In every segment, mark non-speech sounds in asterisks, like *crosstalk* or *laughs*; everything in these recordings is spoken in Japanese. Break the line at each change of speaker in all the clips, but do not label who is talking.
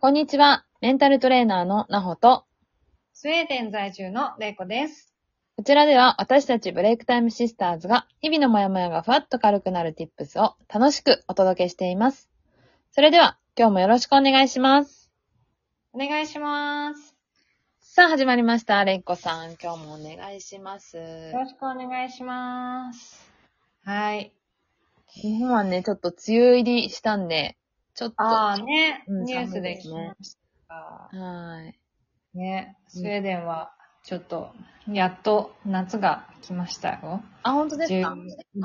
こんにちは。メンタルトレーナーのなほと、
スウェーデン在住のレイコです。
こちらでは私たちブレイクタイムシスターズが日々のモヤモヤがふわっと軽くなる tips を楽しくお届けしています。それでは今日もよろしくお願いします。
お願いします。
さあ始まりました。れんこさん、今日もお願いします。
よろしくお願いします。はい。
日本はね、ちょっと梅雨入りしたんで、ちょっと、
あ
は
あね、
うん
ニュースで聞き
寒
ました。
ーい。
ね、スウェーデンはちょっと、やっと夏が来ましたよ。
あ、本当ですか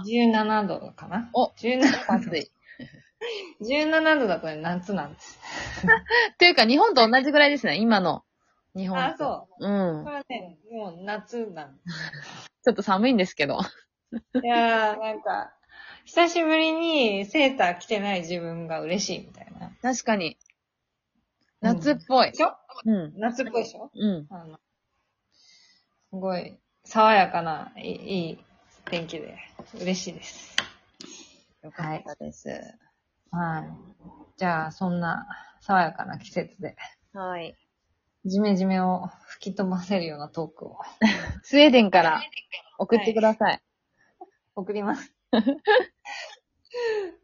10 17度かな
お
17,
暑い。
17度だとね夏なんです。
っていうか日 *laughs* 本と同じぐらいですね、今の日本。
あ、そう。
う。うん
こ。れはね、もう夏なんで
ちょっと寒いんですけど。
す。いやー、なんか、久しぶりにセーター着てない自分が嬉しいみたいな。
確かに。夏っぽい
で。しょ
うん。
夏っぽいでしょ
うん。
あの、すごい、爽やかな、いいいい天気で、嬉しいです。
よかったです。
はい。じゃあ、そんな、爽やかな季節で、
はい。
ジメジメを吹き飛ばせるようなトークを
スウェーデンから送ってください。
送ります。 *laughs*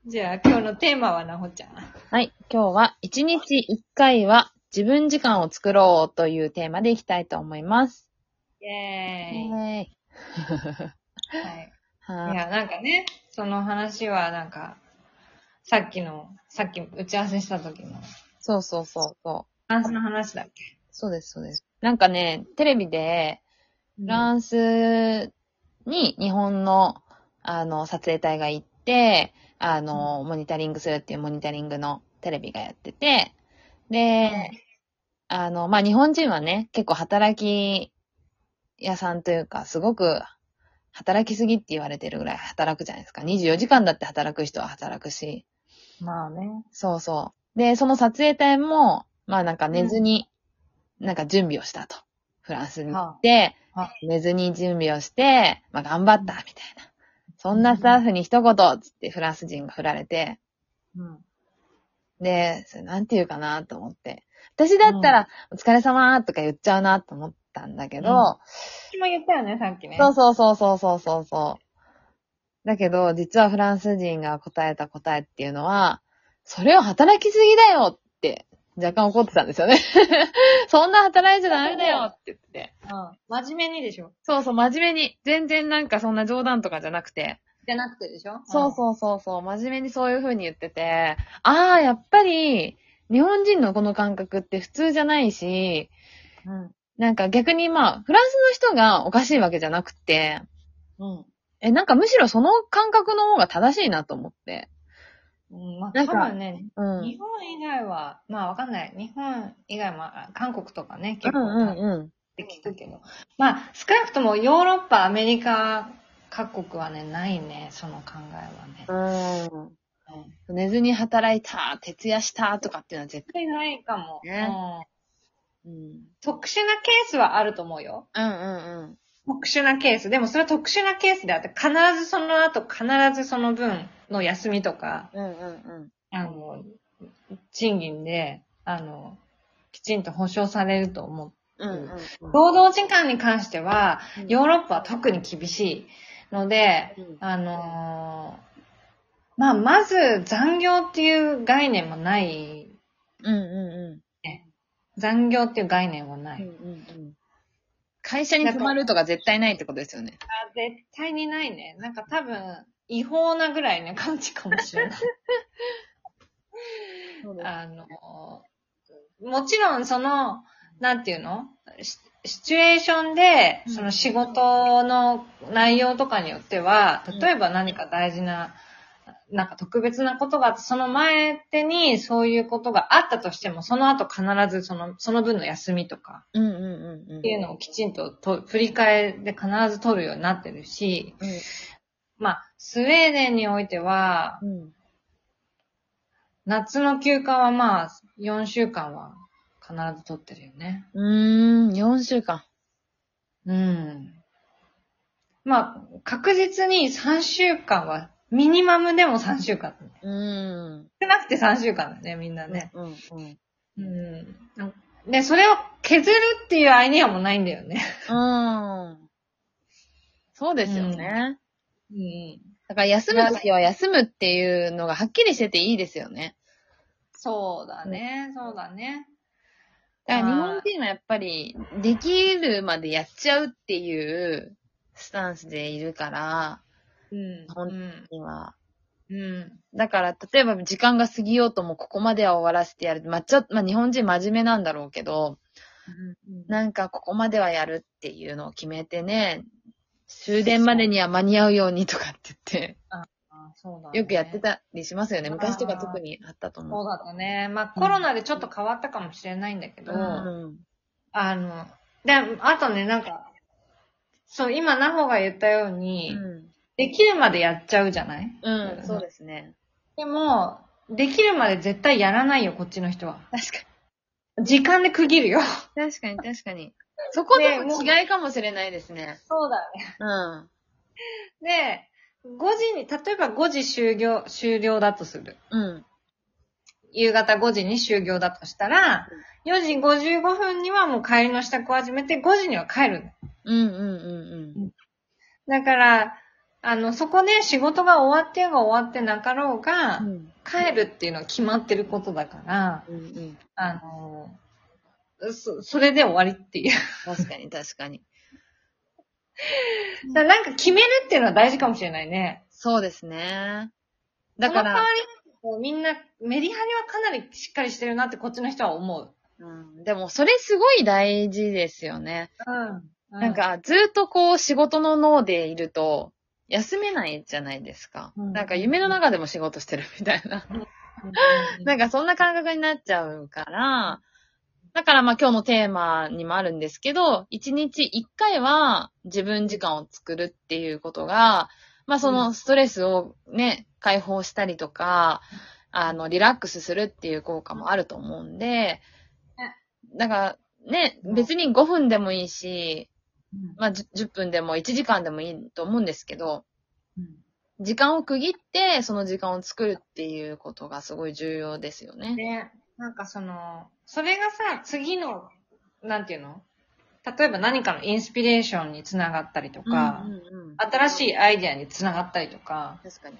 じゃあ、今日のテーマはなほちゃん。
はい。今日は、1日1回は自分時間を作ろうというテーマでいきたいと思います。
イェーイ。は
はい。
い。い
はい。
や、なんかね、その話は、なんか、さっきの、さっき打ち合わせした時の、
そうそうそうそう。
フランスの話だっけ
そうです、そうです。なんかね、テレビで、フランスに日本の、あの、撮影隊が行って、あの、モニタリングするっていうモニタリングのテレビがやってて、で、あの、まあ、日本人はね、結構働き屋さんというか、すごく働きすぎって言われてるぐらい働くじゃないですか。24時間だって働く人は働くし、
まあね。
そうそう。で、その撮影隊も、まあなんか寝ずに、なんか準備をしたと。フランスに行って、
はあは
寝ずに準備をして、まあ頑張った、みたいな。そんなスタッフに一言、つってフランス人が振られて、
うん。
で、それなんて言うかなと思って。私だったら、お疲れ様とか言っちゃうなと思ったんだけど、
私も言ったよね、さっきね。
そうそうそうそうそうそうそう。だけど、実はフランス人が答えた答えっていうのは、それを働きすぎだよって、若干怒ってたんですよ
*laughs*
ね。そんな働いちゃダメだよって言って。
うん。真面目にでしょ
そうそう、真面目に。全然なんかそんな冗談とかじゃなくて。
じゃなくてでしょ
そうそうそうそう、真面目にそういう風に言ってて、ああ、やっぱり、日本人のこの感覚って普通じゃないし、
うん。
なんか逆にまあ、フランスの人がおかしいわけじゃなくて、
うん。
え、なんかむしろその感覚の方が正しいなと思って。
うん。まあ、
なん
多
か
分ね、
うん。うん
日本以外は、まあわかんない。日本以外も、あ韓国とかね、
う
結構なんんか
うん。
って聞くけど。まあ、少なくともヨーロッパ、アメリカ、各国はね、ないね、その考えはね。うん
うん。寝ずに働いた、徹夜したとかっていうのは絶
絶対ないかも、
ね
うん。
対。うん。
特殊なケースはあると思うよ。
うんうんうん。
特殊なケース。でもそれは特殊なケースであって、必ずその後、必ずその分の休みとか、
うんうん
あの、賃金で、あの、きちんと保障されると思う。
うん。
うん労働時間に関しては、ヨーロッパは特に厳しいので、
うん
あのーまあ、まず残業っていう概念もない、
うんう
残業っていう概念はな
う
んい。
ん。会社に泊まるとか絶対ないってことですよね。
あ絶対にないね。なんか多分、違法なぐらいね、感じかもしれない。あの、もちろんその、なんていうのシシチュエーションで、
うん
その仕事の内容とかによっては
うん、
例えば何か大事な、なんか特別なことがあって、その前手にそういうことがあったとしても、その後必ずその、その分の休みとか
うんうんうんうん。
っていうのをきちんとと振り替えで必ず取るようになってるし、まあ、スウェーデンにおいては、
うん。
夏の休暇はまあ、4週間は必ず取ってるよね。
うん。うーん、4週間。
うん。まあ、確実に3週間は、ミニマムでも3週間だね。
うん。
少なくて3週間だね、みんなね。
うんうん。
うん。で、それを削るっていうアイディアもないんだよね。
うん。そうですよね。
うん。
だから休むときは休むっていうのがはっきりしてていいですよね。
そうだね、そうだね。
だから日本人はやっぱり、できるまでやっちゃうっていうスタンスでいるから、
うん。
ほん
うん。
今。
うん。
だから、例えば時間が過ぎようともここまでは終わらせてやる。まあ、ちょまあ、日本人真面目なんだろうけど、なんかここまではやるっていうのを決めてね、終電までには間に合うようにとかって言って。
あそうだね
よくやって。たりしますよね。
あー
昔とか特にあったと
そ
思
う
う。
だったね。まあ、コロナでちょっと変わったかもしれないんだけど、
うん。
あの、で、あとね、なんか、そう、今、なほが言ったように、
うん。
できるまでやっちゃうじゃない
うん、そうですね。
でも、できるまで絶対やらないよ、こっちの人は。
確か
時間で区切るよ。
に。確かに、確かに。そこでも違いかもしれないですね。
そうだね。
うん。
で、5時に、例えば5時終業、終了だとする。
うん。
夕方5時に終業だとしたら、4時55分にはもう帰りの支度を始めて、5時には帰るの。
うんうんうん
だから、あの、そこで仕事が終わってようが終わってなかろうが、
うん。うん
帰るっていうのは決まってることだから、
うんうん。
あの、そ、それで終わりっていう。
確かに、確かに。
だからなんか決めるっていうのは大事かもしれないね。
そうですね。だか
その代わ
ら、
り、こうみんな、メリハリはかなりしっかりしてるなってこっちの人は思う。
うん、でもそれすごい大事ですよね。
うん
なん、か、ずっとこう、仕事の脳でいると、休めないじゃないですか。
うん
なんか、夢の中でも仕事してるみたいな。
な
なんんかそんな感覚になっちゃうから、だからまあ今日のテーマにもあるんですけど、一日一回は自分時間を作るっていうことが、まあそのストレスをね、解放したりとか、あの、リラックスするっていう効果もあると思うんで、だからね、別に5分でもいいし、まあじゅ10分でも1時間でもいいと思うんですけど、時間を区切ってその時間を作るっていうことがすごい重要ですよね。
ね、なんかその、それがさ、次の、なんていうの例えば何かのインスピレーションにつながったりとか、
うんうんうん
新しいアイディアにつながったりとか、
確かに。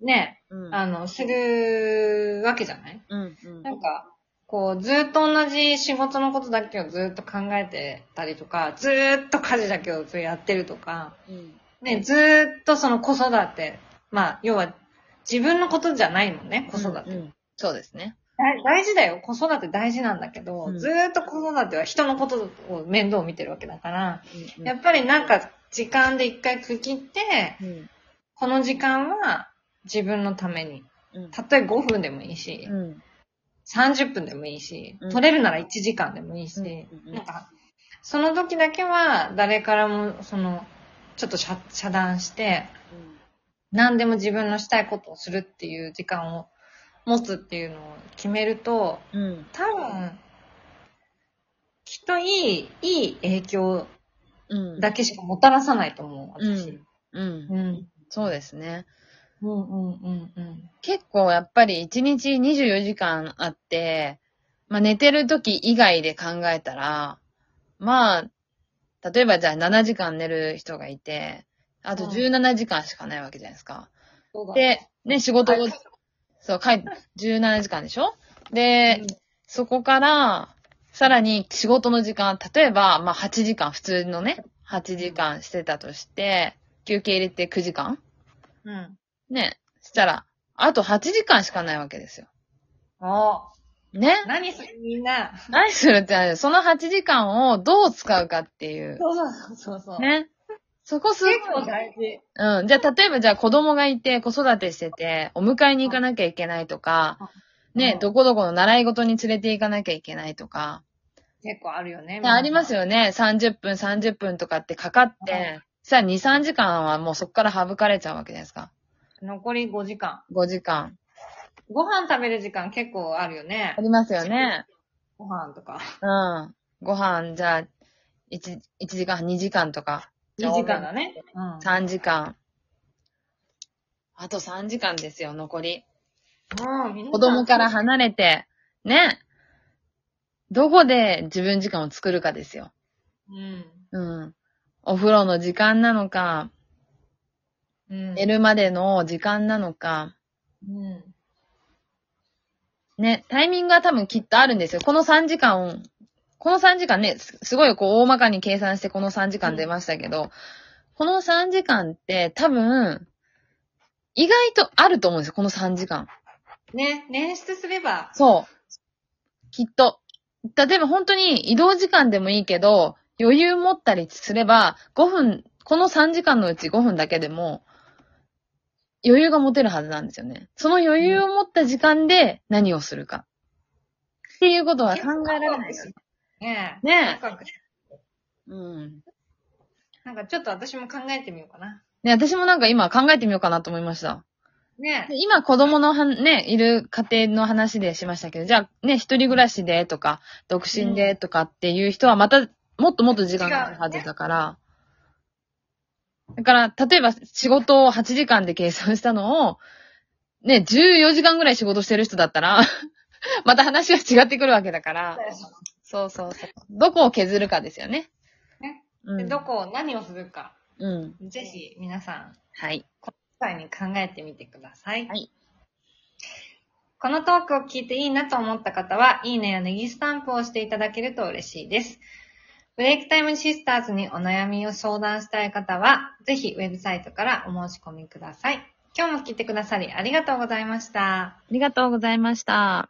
ね、
うん
あの、するわけじゃない
うんうん
なんか、こう、ずーっと同じ仕事のことだけをずーっと考えてたりとか、ずーっと家事だけをやってるとか、
うん
ね、ずーっとその子育て、まあ、要は、自分のことじゃないもんね、子育て。
うんうんそうですね。
大大事だよ。子育て大事なんだけど、
うん
ずーっと子育ては人のことを面倒を見てるわけだから、
うん
やっぱりなんか時間で一回区切って、
うん
この時間は自分のために、
うん
たとえ5分でもいいし、
うん
30分でもいいし
うん、
取れるなら1時間でもいいし、
うんうん
なんか、その時だけは誰からも、その、ちょっと遮遮断して、何でも自分のしたいことをするっていう時間を持つっていうのを決めると、
うん
多分、きっといい、いい影響
うん
だけしかもたらさないと思う、私。
うん
うん。
そうですね。
うんうんうんうん。
結構やっぱり1日24時間あって、まあ寝てる時以外で考えたら、まあ、例えばじゃあ7時間寝る人がいて、あと
うん
17時間しかないわけじゃないですか。
そうだ。
で、ね、仕事を
はい、
そう、帰っ、17時間でしょで、
うん
そこから、さらに仕事の時間、例えば、まあ8時間、普通のね、8時間してたとして、休憩入れて9時間
うん。
ね、したら、あと8時間しかないわけですよ。
お
ね
何それみんな。
何するってなるその8時間をどう使うかっていう。
そうそうそうそう。
ね。そこすごい
結構大事。
うん。じゃあ、例えばじゃあ子供がいて子育てしてて、お迎えに行かなきゃいけないとか、
うん
ね、どこどこの習い事に連れて行かなきゃいけないとか、
結構あるよね。
ねあります
よ。
よね。30分、30分とかってかかって、さあ2、3時間はもうそこから省かれちゃうわけじゃないですか。
残り5時間。
5時間。
ご飯食べる時間結構あるよね
あ。りますよね。
ご飯とか。
うん。ご飯、じゃあ、1、一時間、2時間とか。
2時間だね。うん。
3時間。あと3時間ですよ、残り。
うん、みんな
子供から。離れて、ね。どこで自分時間を作るかですよ。
うん。
うん。お風呂の時間なのか、
うん。
寝るまでの時間なのか、
うん。
ね、タイミングは多分きっとあるんですよ。この3時間、この3時間ね、すすごいこう大まかに計算してこの3時間出ましたけど、この3時間って多分、意外とあると思うんですよ、この3時間。
ね、捻出すれば。
そう。きっと。例えば本当に移動時間でもいいけど、余裕持ったりすれば、5分、この3時間のうち5分だけでも、余裕が持てるはずなんですよね。その余裕を持った時間で何をするか。っていうことは考えられないですよ
ねえ。
ね。
なんか
うん。
なんかちょっと私も考えてみようかな。
ね、私もなんか今考えてみようかなと思いました。
ね
で今子供のはんね、いる家庭の話でしましたけど、じゃあね、一人暮らしでとか、独身でとかっていう人はまた、もっともっと時間がかかるはずだから。だから、例えば仕事を8時間で計算したのを、ね、14時間ぐらい仕事してる人だったら、 *laughs* また話が違ってくるわけだから。そうそうそう。どこを削るかですよね。
ね
う
で
ん。
どこを何をするか、
うん。
ぜひ皆さん、
はい。
実際に考えてみてください。
はい
このトークを聞いていいなと思った方は、いいねやネギスタンプをしていただけると嬉しいです。ブレイクタイムシスターズにお悩みを相談したい方は、ぜひウェブサイトからお申し込みください。今日も聞いてくださりありがとうございました。
ありがとうございました。